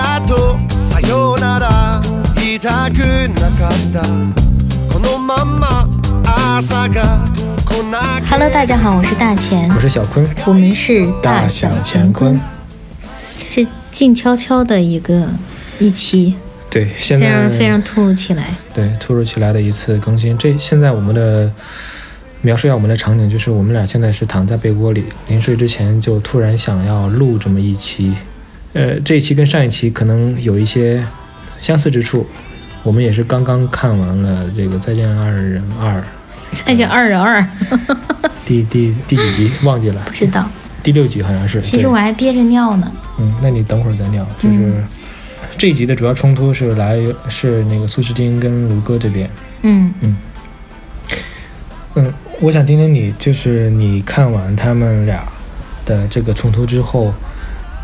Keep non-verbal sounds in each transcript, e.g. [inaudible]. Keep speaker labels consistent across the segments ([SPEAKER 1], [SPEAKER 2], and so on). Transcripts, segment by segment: [SPEAKER 1] あとさよなら言いたくなかったこのまま朝が来なく
[SPEAKER 2] Hello，大家好，我是大钱
[SPEAKER 3] 我，是小坤，
[SPEAKER 2] 我们是乾坤，是静悄悄的一个一期，
[SPEAKER 3] 对，现
[SPEAKER 2] 非
[SPEAKER 3] 在
[SPEAKER 2] 常非常突如其来。
[SPEAKER 3] 对突如其来的一次更新。这现在我们的描述一下我们的场景，就是我们俩现在是躺在被窝里，临睡之前就突然想要录这么一期。呃，这一期跟上一期可能有一些相似之处。我们也是刚刚看完了这个《再见爱人二
[SPEAKER 2] 再见二人二，》
[SPEAKER 3] 第第第几集忘记了
[SPEAKER 2] 不，知道，
[SPEAKER 3] 第六集好像是。
[SPEAKER 2] 其实
[SPEAKER 3] 对
[SPEAKER 2] 我还憋着尿呢。
[SPEAKER 3] 嗯，那你等会儿再聊。就是、
[SPEAKER 2] 嗯
[SPEAKER 3] 这一集的主要冲突是来源是那个苏诗丁跟卢哥这边。
[SPEAKER 2] 嗯，
[SPEAKER 3] 嗯，我想听听你，就是你看完他们俩的这个冲突之后，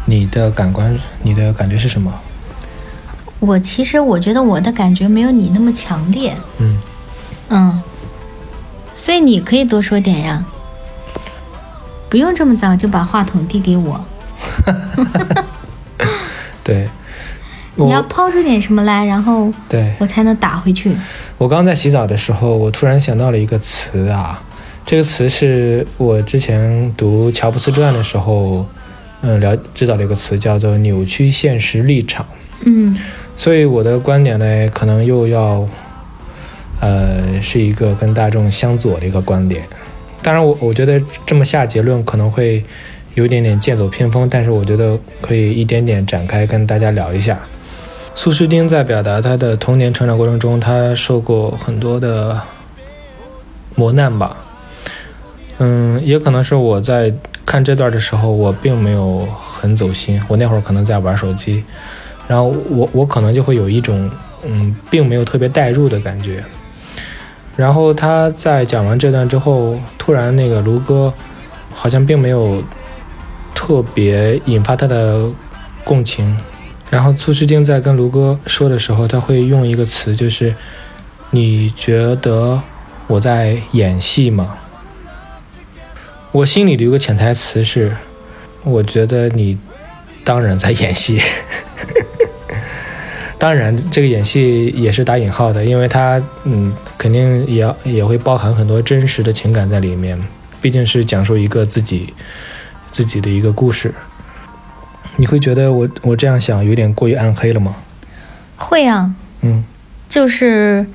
[SPEAKER 3] 你的感官，你的感觉是什么？
[SPEAKER 2] 我其实我觉得我的感觉没有你那么强烈，
[SPEAKER 3] 嗯，
[SPEAKER 2] 嗯，所以你可以多说点呀，不用这么早就把话筒递给我，
[SPEAKER 3] 对，
[SPEAKER 2] 你要
[SPEAKER 3] 我
[SPEAKER 2] 抛出点什么来，然后
[SPEAKER 3] 对
[SPEAKER 2] 我才能打回去。
[SPEAKER 3] 我刚刚在洗澡的时候，我突然想到了一个词啊，这个词是我之前读乔布斯传的时候，嗯，了知道了一个词叫做扭曲现实立场。
[SPEAKER 2] 嗯
[SPEAKER 3] 所以我的观点呢，可能又要，呃，是一个跟大众相左的一个观点。当然我，我觉得这么下结论可能会有一点点剑走偏锋，但是我觉得可以一点点展开跟大家聊一下。苏诗丁在表达他的童年成长过程中，他受过很多的磨难吧。嗯，也可能是我在看这段的时候，我并没有很走心，我那会儿可能在玩手机，然后我我可能就会有一种嗯，并没有特别代入的感觉。然后他在讲完这段之后，突然那个卢哥好像并没有特别引发他的共情。然后苏诗丁在跟卢哥说的时候，他会用一个词，就是“你觉得我在演戏吗？”我心里的有个潜台词是，我觉得你当然在演戏。当然，这个演戏也是打引号的，因为它嗯，肯定也要也会包含很多真实的情感在里面，毕竟是讲述一个自己自己的一个故事。你会觉得我我这样想有点过于暗黑了吗？
[SPEAKER 2] 会啊，
[SPEAKER 3] 嗯
[SPEAKER 2] 就是，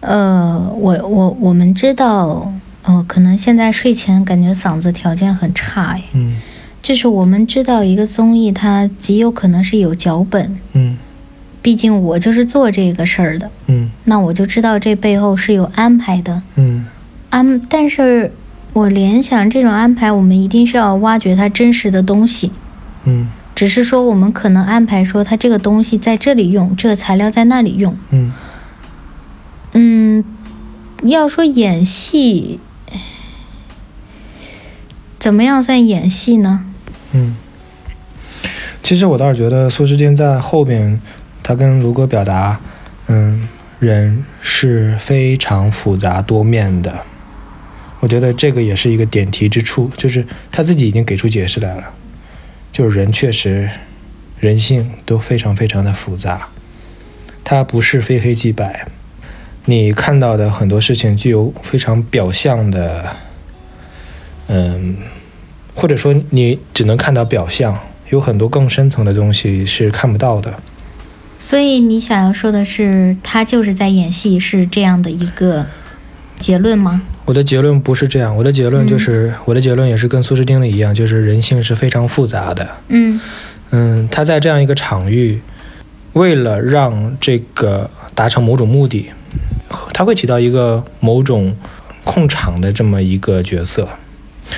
[SPEAKER 2] 呃，我我我们知道，呃，可能现在睡前感觉嗓子条件很差哎，
[SPEAKER 3] 嗯
[SPEAKER 2] 就是我们知道一个综艺它极有可能是有脚本，
[SPEAKER 3] 嗯
[SPEAKER 2] 毕竟我就是做这个事儿的，
[SPEAKER 3] 嗯
[SPEAKER 2] 那我就知道这背后是有安排的
[SPEAKER 3] 嗯
[SPEAKER 2] 安，但是我联想这种安排，我们一定是要挖掘它真实的东西。
[SPEAKER 3] 嗯
[SPEAKER 2] 只是说，我们可能安排说它这个东西在这里用，这个材料在那里用，
[SPEAKER 3] 嗯
[SPEAKER 2] 嗯，要说演戏，怎么样算演戏呢？
[SPEAKER 3] 嗯。其实我倒是觉得苏诗丁在后面，他跟卢哥表达，嗯，人是非常复杂多面的。我觉得这个也是一个点题之处，就是他自己已经给出解释来了，就是人确实人性都非常非常的复杂，它不是非黑即白。你看到的很多事情具有非常表象的，嗯，或者说你只能看到表象，有很多更深层的东西是看不到的。
[SPEAKER 2] 所以你想要说的是，他就是在演戏，是这样的一个结论吗？
[SPEAKER 3] 我的结论不是这样，我的结论就是，我的结论也是跟苏诗丁的一样，就是人性是非常复杂的。
[SPEAKER 2] 嗯
[SPEAKER 3] 嗯，他在这样一个场域，为了让这个达成某种目的，他会起到一个某种控场的这么一个角色，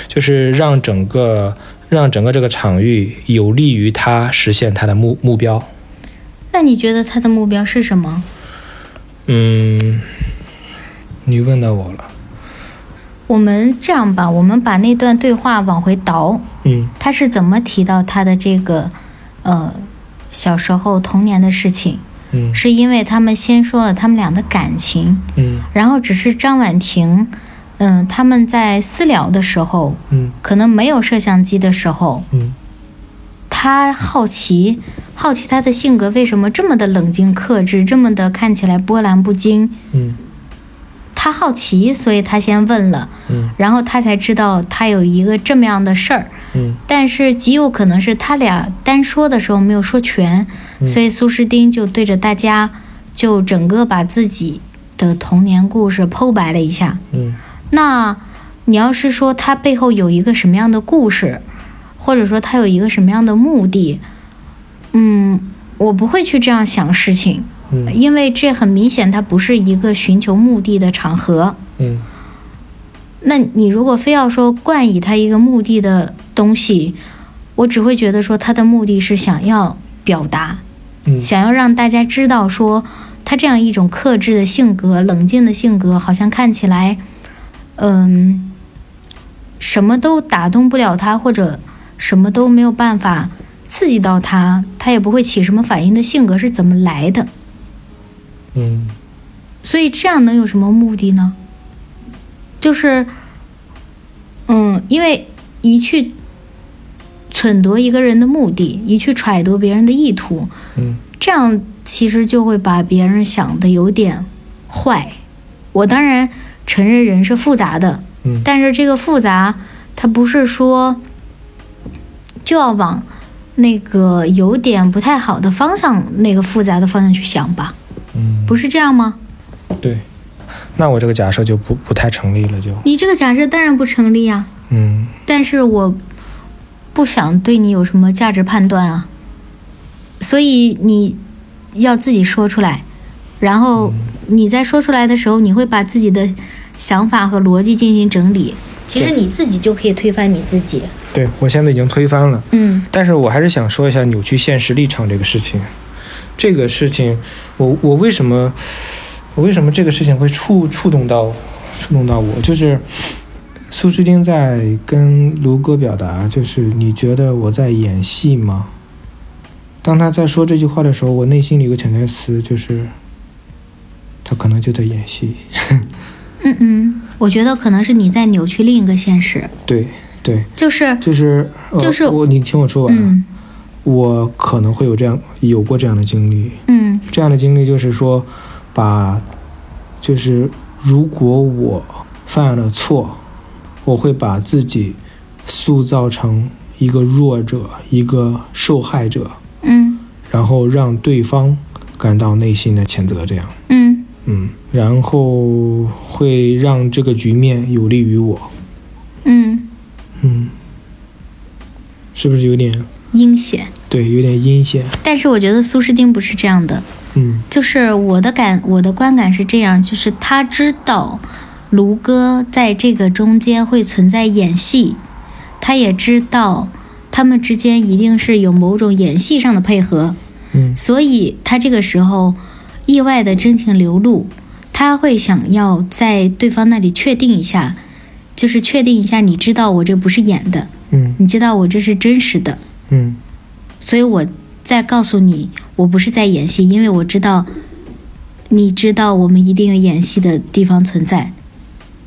[SPEAKER 3] 就是让整个让整个这个场域有利于他实现他的目目标。
[SPEAKER 2] 那你觉得他的目标是什么？
[SPEAKER 3] 嗯，你问到我了。
[SPEAKER 2] 我们这样吧，我们把那段对话往回倒，
[SPEAKER 3] 嗯
[SPEAKER 2] 他是怎么提到他的这个，呃，小时候童年的事情？
[SPEAKER 3] 嗯
[SPEAKER 2] 是因为他们先说了他们俩的感情，
[SPEAKER 3] 嗯
[SPEAKER 2] 然后只是张婉婷，嗯，他们在私聊的时候，
[SPEAKER 3] 嗯
[SPEAKER 2] 可能没有摄像机的时候，
[SPEAKER 3] 嗯
[SPEAKER 2] 他好奇，好奇他的性格为什么这么的冷静克制，这么的看起来波澜不惊。
[SPEAKER 3] 嗯
[SPEAKER 2] 他好奇，所以他先问了，
[SPEAKER 3] 嗯
[SPEAKER 2] 然后他才知道他有一个这么样的事儿。
[SPEAKER 3] 嗯
[SPEAKER 2] 但是极有可能是他俩单说的时候没有说全，
[SPEAKER 3] 嗯
[SPEAKER 2] 所以苏诗丁就对着大家就整个把自己的童年故事剖白了一下。
[SPEAKER 3] 嗯
[SPEAKER 2] 那你要是说他背后有一个什么样的故事，或者说他有一个什么样的目的，嗯，我不会去这样想事情，
[SPEAKER 3] 嗯
[SPEAKER 2] 因为这很明显它不是一个寻求目的的场合。
[SPEAKER 3] 嗯
[SPEAKER 2] 那你如果非要说冠以他一个目的的东西，我只会觉得说他的目的是想要表达，
[SPEAKER 3] 嗯
[SPEAKER 2] 想要让大家知道说他这样一种克制的性格、冷静的性格，好像看起来，嗯，什么都打动不了他，或者什么都没有办法刺激到他，他也不会起什么反应的性格是怎么来的？
[SPEAKER 3] 嗯
[SPEAKER 2] 所以这样能有什么目的呢？就是，嗯，因为一去忖度一个人的目的，一去揣度别人的意图，
[SPEAKER 3] 嗯
[SPEAKER 2] 这样其实就会把别人想的有点坏。我当然承认人是复杂的，
[SPEAKER 3] 嗯
[SPEAKER 2] 但是这个复杂，它不是说就要往那个有点不太好的方向，那个复杂的方向去想吧？
[SPEAKER 3] 嗯，
[SPEAKER 2] 不是这样吗？
[SPEAKER 3] 对。那我这个假设就不不太成立了，就
[SPEAKER 2] 你这个假设当然不成立啊，
[SPEAKER 3] 嗯
[SPEAKER 2] 但是我不想对你有什么价值判断啊，所以你要自己说出来，然后你在说出来的时候，你会把自己的想法和逻辑进行整理，其实你自己就可以推翻你自己。
[SPEAKER 3] 对我现在已经推翻了。
[SPEAKER 2] 嗯
[SPEAKER 3] 但是我还是想说一下扭曲现实立场这个事情。这个事情，我我为什么我为什么这个事情会触触动到触动到我？就是苏诗丁在跟卢哥表达，就是你觉得我在演戏吗？当他在说这句话的时候，我内心里有个潜台词，就是他可能就在演戏。
[SPEAKER 2] 嗯嗯，我觉得可能是你在扭曲另一个现实，
[SPEAKER 3] 对对，
[SPEAKER 2] 就是
[SPEAKER 3] 就是、呃
[SPEAKER 2] 就是
[SPEAKER 3] 我，你听我说完啊，
[SPEAKER 2] 嗯
[SPEAKER 3] 我可能会有这样有过这样的经历。
[SPEAKER 2] 嗯
[SPEAKER 3] 这样的经历就是说，把，就是如果我犯了错，我会把自己塑造成一个弱者，一个受害者，
[SPEAKER 2] 嗯
[SPEAKER 3] 然后让对方感到内心的谴责，这样，
[SPEAKER 2] 嗯
[SPEAKER 3] 嗯，然后会让这个局面有利于我，
[SPEAKER 2] 嗯，
[SPEAKER 3] 嗯，是不是有点
[SPEAKER 2] 阴险。
[SPEAKER 3] 对，有点阴险？
[SPEAKER 2] 但是我觉得苏诗丁不是这样的，
[SPEAKER 3] 嗯
[SPEAKER 2] 就是我的感，我的观感是这样，就是他知道卢哥在这个中间会存在演戏，他也知道他们之间一定是有某种演戏上的配合，
[SPEAKER 3] 嗯
[SPEAKER 2] 所以他这个时候意外的真情流露，他会想要在对方那里确定一下，就是确定一下，你知道我这不是演的，
[SPEAKER 3] 嗯
[SPEAKER 2] 你知道我这是真实的，
[SPEAKER 3] 嗯
[SPEAKER 2] 所以我在告诉你，我不是在演戏，因为我知道，你知道我们一定有演戏的地方存在。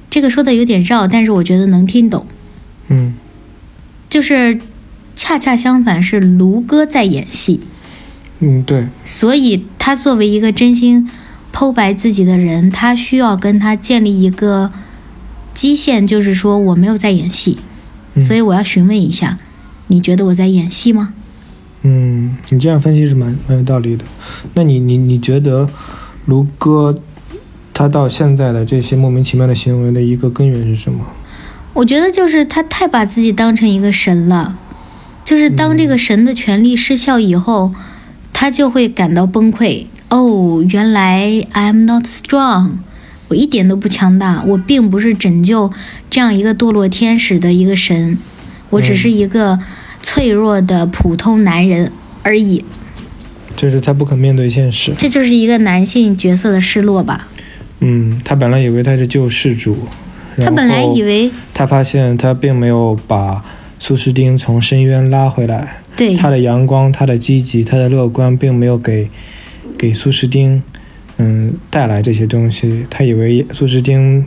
[SPEAKER 2] 这个说的有点绕，但是我觉得能听懂。
[SPEAKER 3] 嗯
[SPEAKER 2] 就是恰恰相反，是卢哥在演戏，
[SPEAKER 3] 嗯，对，
[SPEAKER 2] 所以他作为一个真心剖白自己的人，他需要跟他建立一个基线，就是说我没有在演戏，
[SPEAKER 3] 嗯
[SPEAKER 2] 所以我要询问一下，你觉得我在演戏吗？
[SPEAKER 3] 嗯，你这样分析是蛮蛮有道理的。那你你你觉得卢哥他到现在的这些莫名其妙的行为的一个根源是什么？
[SPEAKER 2] 我觉得就是他太把自己当成一个神了，就是当这个神的权力失效以后，他就会感到崩溃。哦，原来 I'm not strong，我一点都不强大，我并不是拯救这样一个堕落天使的一个神，我只是一个脆弱的普通男人而已。
[SPEAKER 3] 就是他不肯面对现实。
[SPEAKER 2] 这就是一个男性角色的失落吧。
[SPEAKER 3] 嗯，他本来以为他是救世主，
[SPEAKER 2] 他本来以
[SPEAKER 3] 为
[SPEAKER 2] 为
[SPEAKER 3] 他发现他并没有把苏诗丁从深渊拉回来，
[SPEAKER 2] 对，
[SPEAKER 3] 他的阳光、他的积极、他的乐观，并没有给给苏诗丁，嗯，带来这些东西。他以为苏诗丁，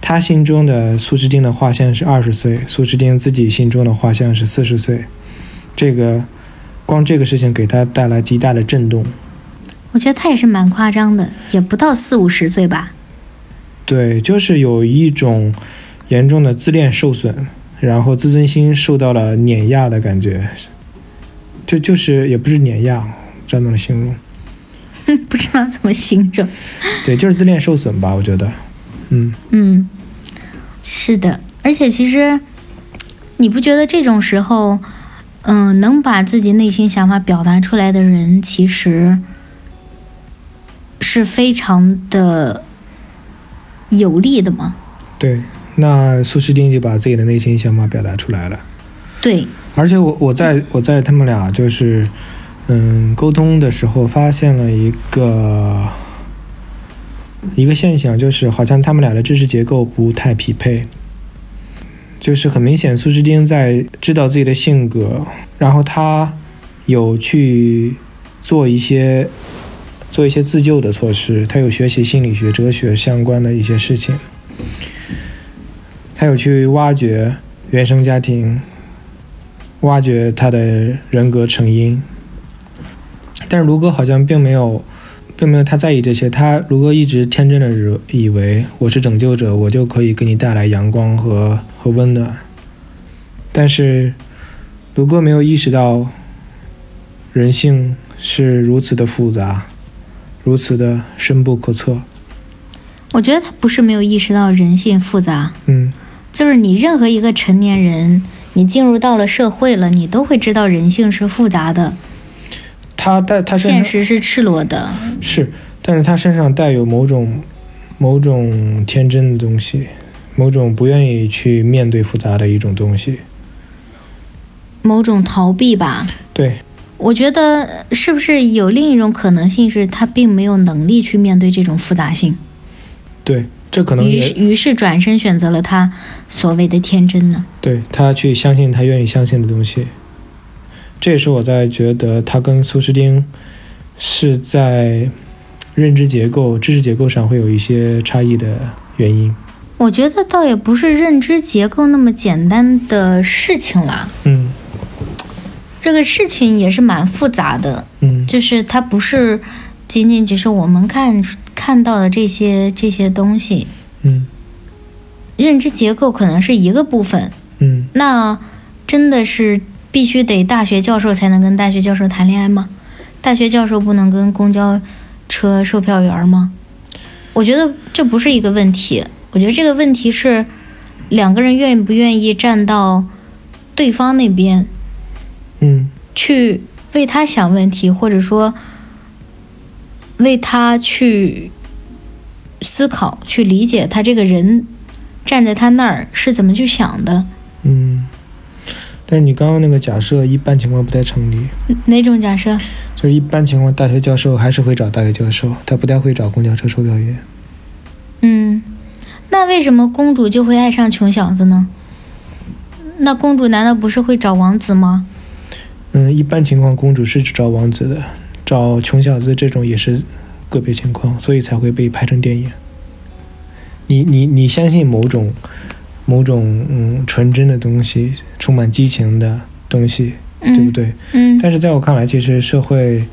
[SPEAKER 3] 他心中的苏诗丁的画像是二十岁，苏诗丁自己心中的画像是四十岁。这个光这个事情给他带来极大的震动。
[SPEAKER 2] 我觉得他也是蛮夸张的，也不到四五十岁吧。 [laughs]
[SPEAKER 3] 对，就是有一种严重的自恋受损，然后自尊心受到了碾压的感觉，就就是也不是碾压，这样怎么形容？
[SPEAKER 2] 不知道怎么形容。
[SPEAKER 3] 对，就是自恋受损吧，我觉得，嗯，
[SPEAKER 2] 嗯，是的，而且其实你不觉得这种时候，嗯、能把自己内心想法表达出来的人，其实是非常的有利的吗？
[SPEAKER 3] 对。那苏诗丁就把自己的内心想法表达出来了，
[SPEAKER 2] 对，
[SPEAKER 3] 而且我我在我在他们俩就是，嗯，沟通的时候发现了一个一个现象，就是好像他们俩的知识结构不太匹配，就是很明显，苏诗丁在知道自己的性格，然后他有去做一些做一些自救的措施，他有学习心理学、哲学相关的一些事情，他有去挖掘原生家庭，挖掘他的人格成因。但是卢哥好像并没有，并没有太在意这些。他卢哥一直天真的以为我是拯救者，我就可以给你带来阳光和和温暖。但是卢哥没有意识到，人性是如此的复杂，如此的深不可测。
[SPEAKER 2] 我觉得他不是没有意识到人性复杂，
[SPEAKER 3] 嗯，
[SPEAKER 2] 就是你任何一个成年人，你进入到了社会了，你都会知道人性是复杂的，
[SPEAKER 3] 他但他身
[SPEAKER 2] 现
[SPEAKER 3] 上
[SPEAKER 2] 实是赤裸的。
[SPEAKER 3] 是，但是他身上带有某种某种天真的东西，某种不愿意去面对复杂的一种东西。
[SPEAKER 2] 某种逃避吧。
[SPEAKER 3] 对，
[SPEAKER 2] 我觉得是不是有另一种可能性是他并没有能力去面对这种复杂性，
[SPEAKER 3] 对，这可能
[SPEAKER 2] 于是
[SPEAKER 3] 也
[SPEAKER 2] 于是转身选择了他所谓的天真呢？
[SPEAKER 3] 对他去相信他愿意相信的东西。这也是我在觉得他跟苏诗丁是在认知结构、知识结构上会有一些差异的原因。
[SPEAKER 2] 我觉得倒也不是认知结构那么简单的事情啦，
[SPEAKER 3] 嗯
[SPEAKER 2] 这个事情也是蛮复杂的，
[SPEAKER 3] 嗯，
[SPEAKER 2] 就是它不是仅仅只是我们看看到的这些这些东西，
[SPEAKER 3] 嗯
[SPEAKER 2] 认知结构可能是一个部分，
[SPEAKER 3] 嗯，
[SPEAKER 2] 那真的是必须得大学教授才能跟大学教授谈恋爱吗？大学教授不能跟公交车售票员吗？我觉得这不是一个问题，我觉得这个问题是两个人愿不愿意站到对方那边
[SPEAKER 3] 嗯
[SPEAKER 2] 去为他想问题，或者说为他去思考、去理解他这个人站在他那儿是怎么去想的，
[SPEAKER 3] 嗯。但是你刚刚那个假设一般情况不太成立。
[SPEAKER 2] 哪种假设？
[SPEAKER 3] 就是一般情况，大学教授还是会找大学教授，他不太会找公交车售票员。
[SPEAKER 2] 嗯，那为什么公主就会爱上穷小子呢？那公主难道不是会找王子吗？
[SPEAKER 3] 嗯，一般情况，公主是只找王子的，找穷小子这种也是个别情况，所以才会被拍成电影。你你你相信某种某种嗯纯真的东西，充满激情的东西，
[SPEAKER 2] 嗯，
[SPEAKER 3] 对不对？
[SPEAKER 2] 嗯，
[SPEAKER 3] 但是在我看来，其实社会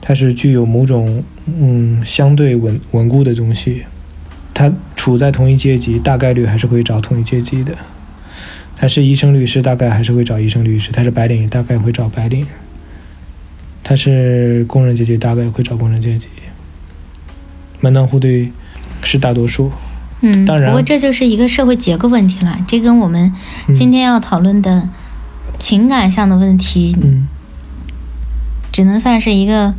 [SPEAKER 3] 它是具有某种嗯相对稳稳固的东西，它处在同一阶级，大概率还是会找同一阶级的。他是医生律师，大概还是会找医生律师；他是白领，大概会找白领；他是工人阶级，大概会找工人阶级。门当户对是大多数。
[SPEAKER 2] 嗯，
[SPEAKER 3] 当然
[SPEAKER 2] 不过这就是一个社会结构问题了，这跟我们
[SPEAKER 3] 嗯、
[SPEAKER 2] 今天要讨论的情感上的问题，
[SPEAKER 3] 嗯，
[SPEAKER 2] 只能算是一个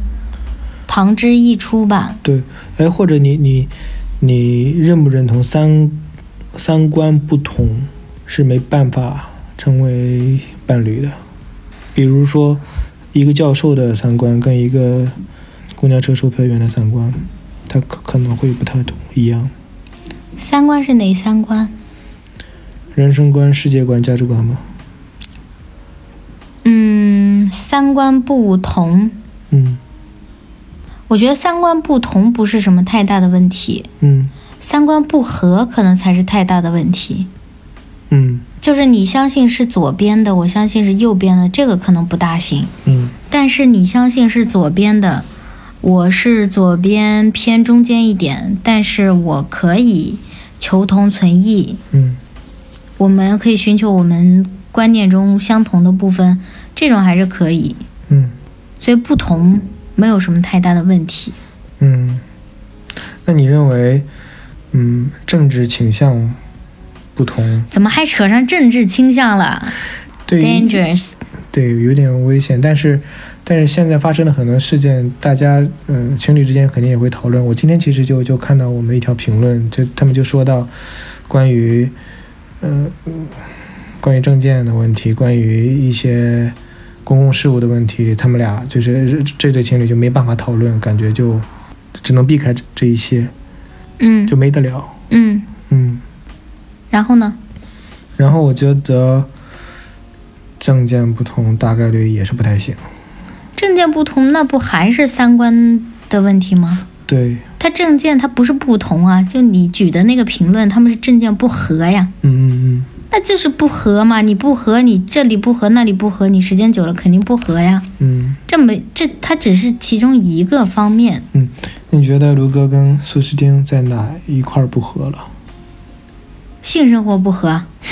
[SPEAKER 2] 旁枝一出吧。
[SPEAKER 3] 哎，或者你你你认不认同三三观不同是没办法成为伴侣的？比如说，一个教授的三观跟一个公交车售票员的三观，他可可能会不太同一样，
[SPEAKER 2] 三观是哪三观？
[SPEAKER 3] 人生观、世界观、价值观嘛。
[SPEAKER 2] 嗯，三观不同。
[SPEAKER 3] 嗯
[SPEAKER 2] 我觉得三观不同不是什么太大的问题，
[SPEAKER 3] 嗯
[SPEAKER 2] 三观不合可能才是太大的问题。
[SPEAKER 3] 嗯
[SPEAKER 2] 就是你相信是左边的，我相信是右边的，这个可能不大行。
[SPEAKER 3] 嗯
[SPEAKER 2] 但是你相信是左边的，我是左边偏中间一点，但是我可以求同存异，
[SPEAKER 3] 嗯，
[SPEAKER 2] 我们可以寻求我们观念中相同的部分，这种还是可以。
[SPEAKER 3] 嗯
[SPEAKER 2] 所以不同没有什么太大的问题。
[SPEAKER 3] 嗯，那你认为，嗯，政治倾向不同，
[SPEAKER 2] 怎么还扯上政治倾向了
[SPEAKER 3] 对于
[SPEAKER 2] ？Dangerous，
[SPEAKER 3] 对有点危险，但是但是现在发生了很多事件，大家嗯情侣之间肯定也会讨论。我今天其实就就看到我们的一条评论，就他们就说到关于嗯、关于证件的问题，关于一些公共事务的问题，他们俩就是这这对情侣就没办法讨论，感觉就只能避开这这一些，
[SPEAKER 2] 嗯
[SPEAKER 3] 就没得聊，
[SPEAKER 2] 嗯，
[SPEAKER 3] 嗯。
[SPEAKER 2] 然后呢？
[SPEAKER 3] 然后我觉得证件不同，大概率也是不太行。
[SPEAKER 2] 政见不同，那不还是三观的问题吗？
[SPEAKER 3] 对，
[SPEAKER 2] 他政见他不是不同啊，就你举的那个评论，他们是政见不合呀，
[SPEAKER 3] 嗯嗯
[SPEAKER 2] 那就是不合嘛。你不合，你这里不合，那里不合，你时间久了肯定不合呀。
[SPEAKER 3] 嗯嗯。
[SPEAKER 2] 这没这，它只是其中一个方面。
[SPEAKER 3] 你觉得卢哥跟苏诗丁在哪一块儿不合了？
[SPEAKER 2] 性生活不合，啊
[SPEAKER 3] [laughs]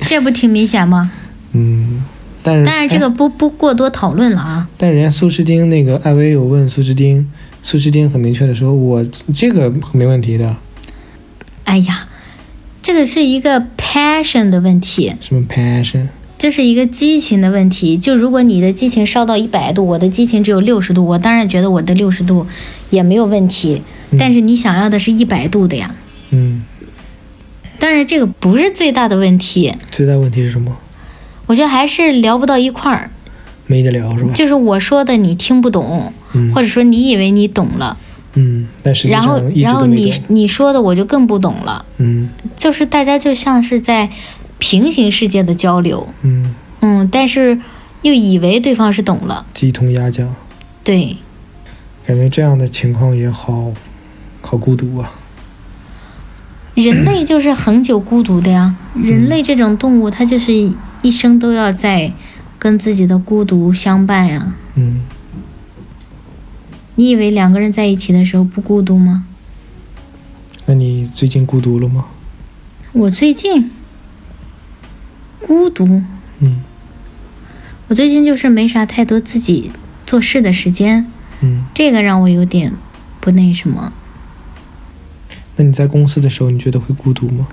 [SPEAKER 2] 这不挺明显吗？
[SPEAKER 3] 嗯，但是
[SPEAKER 2] 但是这个
[SPEAKER 3] 哎
[SPEAKER 2] 不不过多讨论了啊。
[SPEAKER 3] 但人家苏诗丁那个艾薇有问苏诗丁，苏诗丁很明确的说，我这个没问题的，
[SPEAKER 2] 哎呀，这个是一个 passion 的问题，
[SPEAKER 3] 什么 passion，
[SPEAKER 2] 这是一个激情的问题。就如果你的激情烧到一百度，我的激情只有六十度，我当然觉得我的六十度也没有问题。
[SPEAKER 3] 嗯
[SPEAKER 2] 但是你想要的是一百度的呀。
[SPEAKER 3] 嗯，
[SPEAKER 2] 当然，这个不是最大的问题，
[SPEAKER 3] 最大问题是什么？
[SPEAKER 2] 我觉得还是聊不到一块儿。
[SPEAKER 3] 没得聊是吧？
[SPEAKER 2] 就是我说的你听不懂，
[SPEAKER 3] 嗯
[SPEAKER 2] 或者说你以为你懂了，
[SPEAKER 3] 嗯，但实际
[SPEAKER 2] 然后
[SPEAKER 3] 上一直
[SPEAKER 2] 然后
[SPEAKER 3] 都没
[SPEAKER 2] 你
[SPEAKER 3] 懂。
[SPEAKER 2] 你说的我就更不懂了。
[SPEAKER 3] 嗯
[SPEAKER 2] 就是大家就像是在平行世界的交流，
[SPEAKER 3] 嗯，
[SPEAKER 2] 嗯，但是又以为对方是懂了，
[SPEAKER 3] 鸡同鸭讲，
[SPEAKER 2] 对，
[SPEAKER 3] 感觉这样的情况也好好孤独啊。
[SPEAKER 2] 人类就是恒久孤独的呀，人类这种动物，它就是一生都要在跟自己的孤独相伴呀。
[SPEAKER 3] 嗯。
[SPEAKER 2] 你以为两个人在一起的时候不孤独吗？
[SPEAKER 3] 那你最近孤独了吗？
[SPEAKER 2] 我最近孤独，
[SPEAKER 3] 嗯
[SPEAKER 2] 我最近就是没啥太多自己做事的时间，
[SPEAKER 3] 嗯。
[SPEAKER 2] 这个让我有点不那什么。
[SPEAKER 3] 那你在公司的时候，你觉得会孤独吗？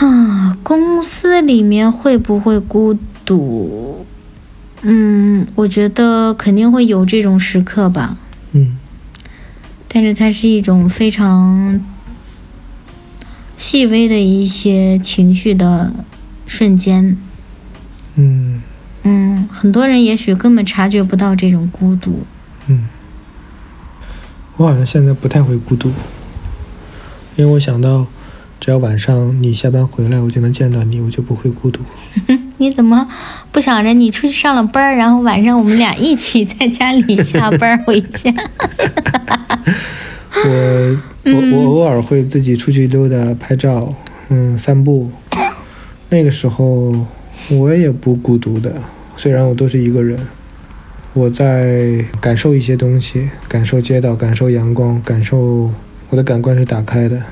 [SPEAKER 2] 啊，公司里面会不会孤独？嗯，我觉得肯定会有这种时刻吧，
[SPEAKER 3] 嗯
[SPEAKER 2] 但是它是一种非常细微的一些情绪的瞬间。
[SPEAKER 3] 嗯
[SPEAKER 2] 嗯，很多人也许根本察觉不到这种孤独。
[SPEAKER 3] 嗯。我好像现在不太会孤独，因为我想到，只要晚上你下班回来，我就能见到你，我就不会孤独。
[SPEAKER 2] 你怎么不想着你出去上了班儿，然后晚上我们俩一起在家里下班儿回家？
[SPEAKER 3] 我我我偶尔会自己出去溜达、拍照，嗯，散步。那个时候我也不孤独的，虽然我都是一个人，我在感受一些东西，感受街道，感受阳光，感受我的感官是打开的。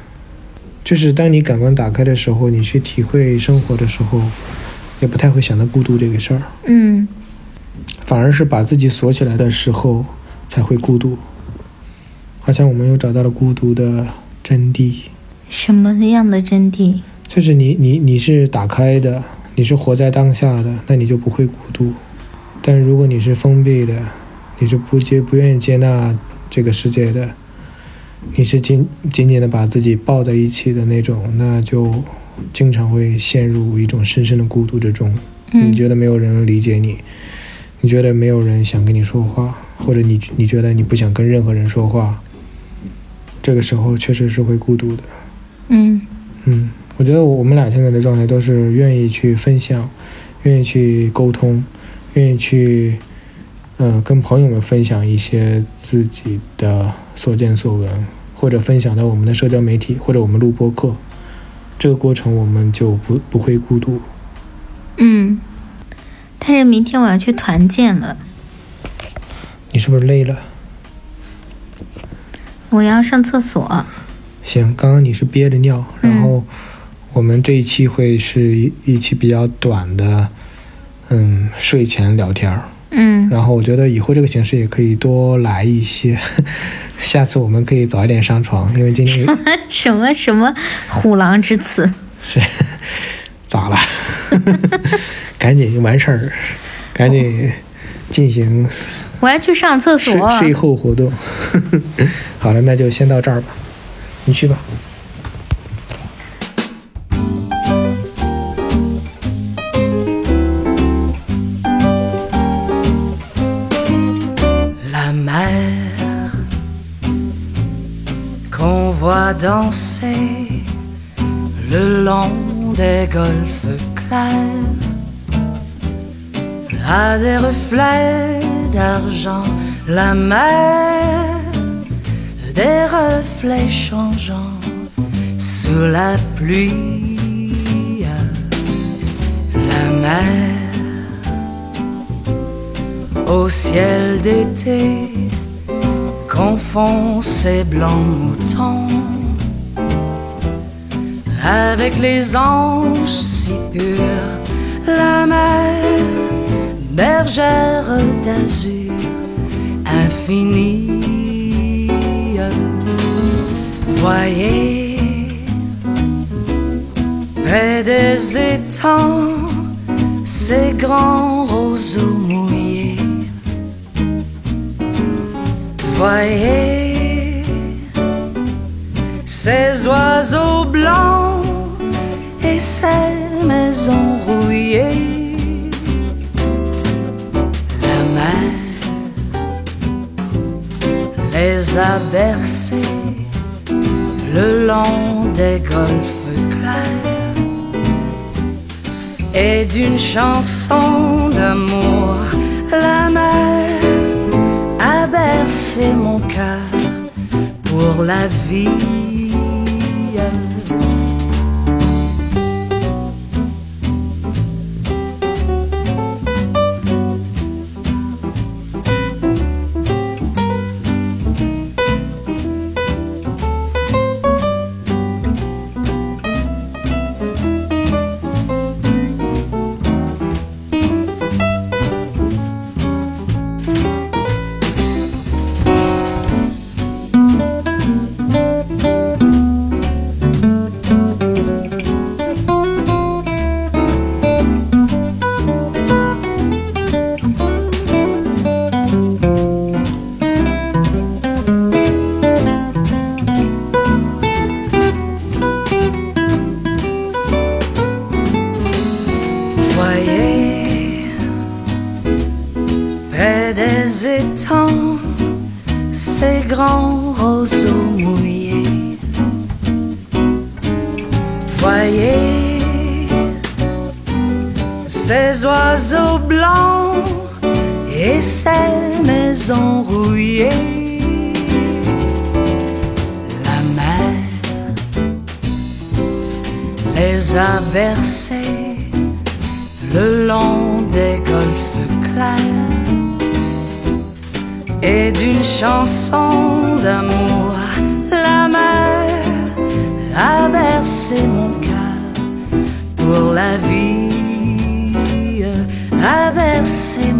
[SPEAKER 3] 就是当你感官打开的时候，你去体会生活的时候，也不太会想到孤独这个事儿，
[SPEAKER 2] 嗯，
[SPEAKER 3] 反而是把自己锁起来的时候才会孤独。好像我们又找到了孤独的真谛。
[SPEAKER 2] 什么样的真谛？
[SPEAKER 3] 就是你你你是打开的，你是活在当下的，那你就不会孤独。但如果你是封闭的，你是不接不愿意接纳这个世界的，你是紧紧紧的把自己抱在一起的那种，那就经常会陷入一种深深的孤独之中。
[SPEAKER 2] 嗯
[SPEAKER 3] 你觉得没有人理解你，你觉得没有人想跟你说话，或者你你觉得你不想跟任何人说话，这个时候确实是会孤独的。
[SPEAKER 2] 嗯。
[SPEAKER 3] 嗯，我觉得我们俩现在的状态都是愿意去分享，愿意去沟通，愿意去，嗯、跟朋友们分享一些自己的所见所闻，或者分享到我们的社交媒体，或者我们录播课。这个过程我们就不不会孤独。
[SPEAKER 2] 嗯，但是明天我要去团建了，
[SPEAKER 3] 你是不是累了？
[SPEAKER 2] 我要上厕所。
[SPEAKER 3] 行，刚刚你是憋着尿，然后我们这一期会是一一期比较短的，嗯，睡前聊天儿。
[SPEAKER 2] 嗯，
[SPEAKER 3] 然后我觉得以后这个形式也可以多来一些， [laughs] 下次我们可以早一点上床，因为今天
[SPEAKER 2] [laughs] 什么什么虎狼之词？
[SPEAKER 3] 是 [laughs] 咋了？ [laughs] 赶紧完事儿，赶紧进行
[SPEAKER 2] 我要去上厕所
[SPEAKER 3] 睡。睡后活动。 [laughs] 好了，那就先到这儿吧，你去吧。
[SPEAKER 4] La mer qu'on voit danser le long des golfes clairs a des reflets d'argent. La mer des reflets changeants sous la pluie. La mer au ciel d'été confond ses blancs moutons avec les anges si purs, la mer bergère d'azur infinie. Voyez près des étangs ces grands roseaux mouillés. Voyez ces oiseaux blancs et ces maisons rouillées. La mer les a bercés le long des golfes clairs et d'une chanson d'amour. La mer a bercé mon cœur pour la vie. Voyez près des étangs ces grands roseaux mouillés. Voyez ces oiseaux blancs et ces maisons rouillées. La mer les a bercés le long des golfes clairs et d'une chanson d'amour, la mer a bercé mon cœur pour la vie, a bercé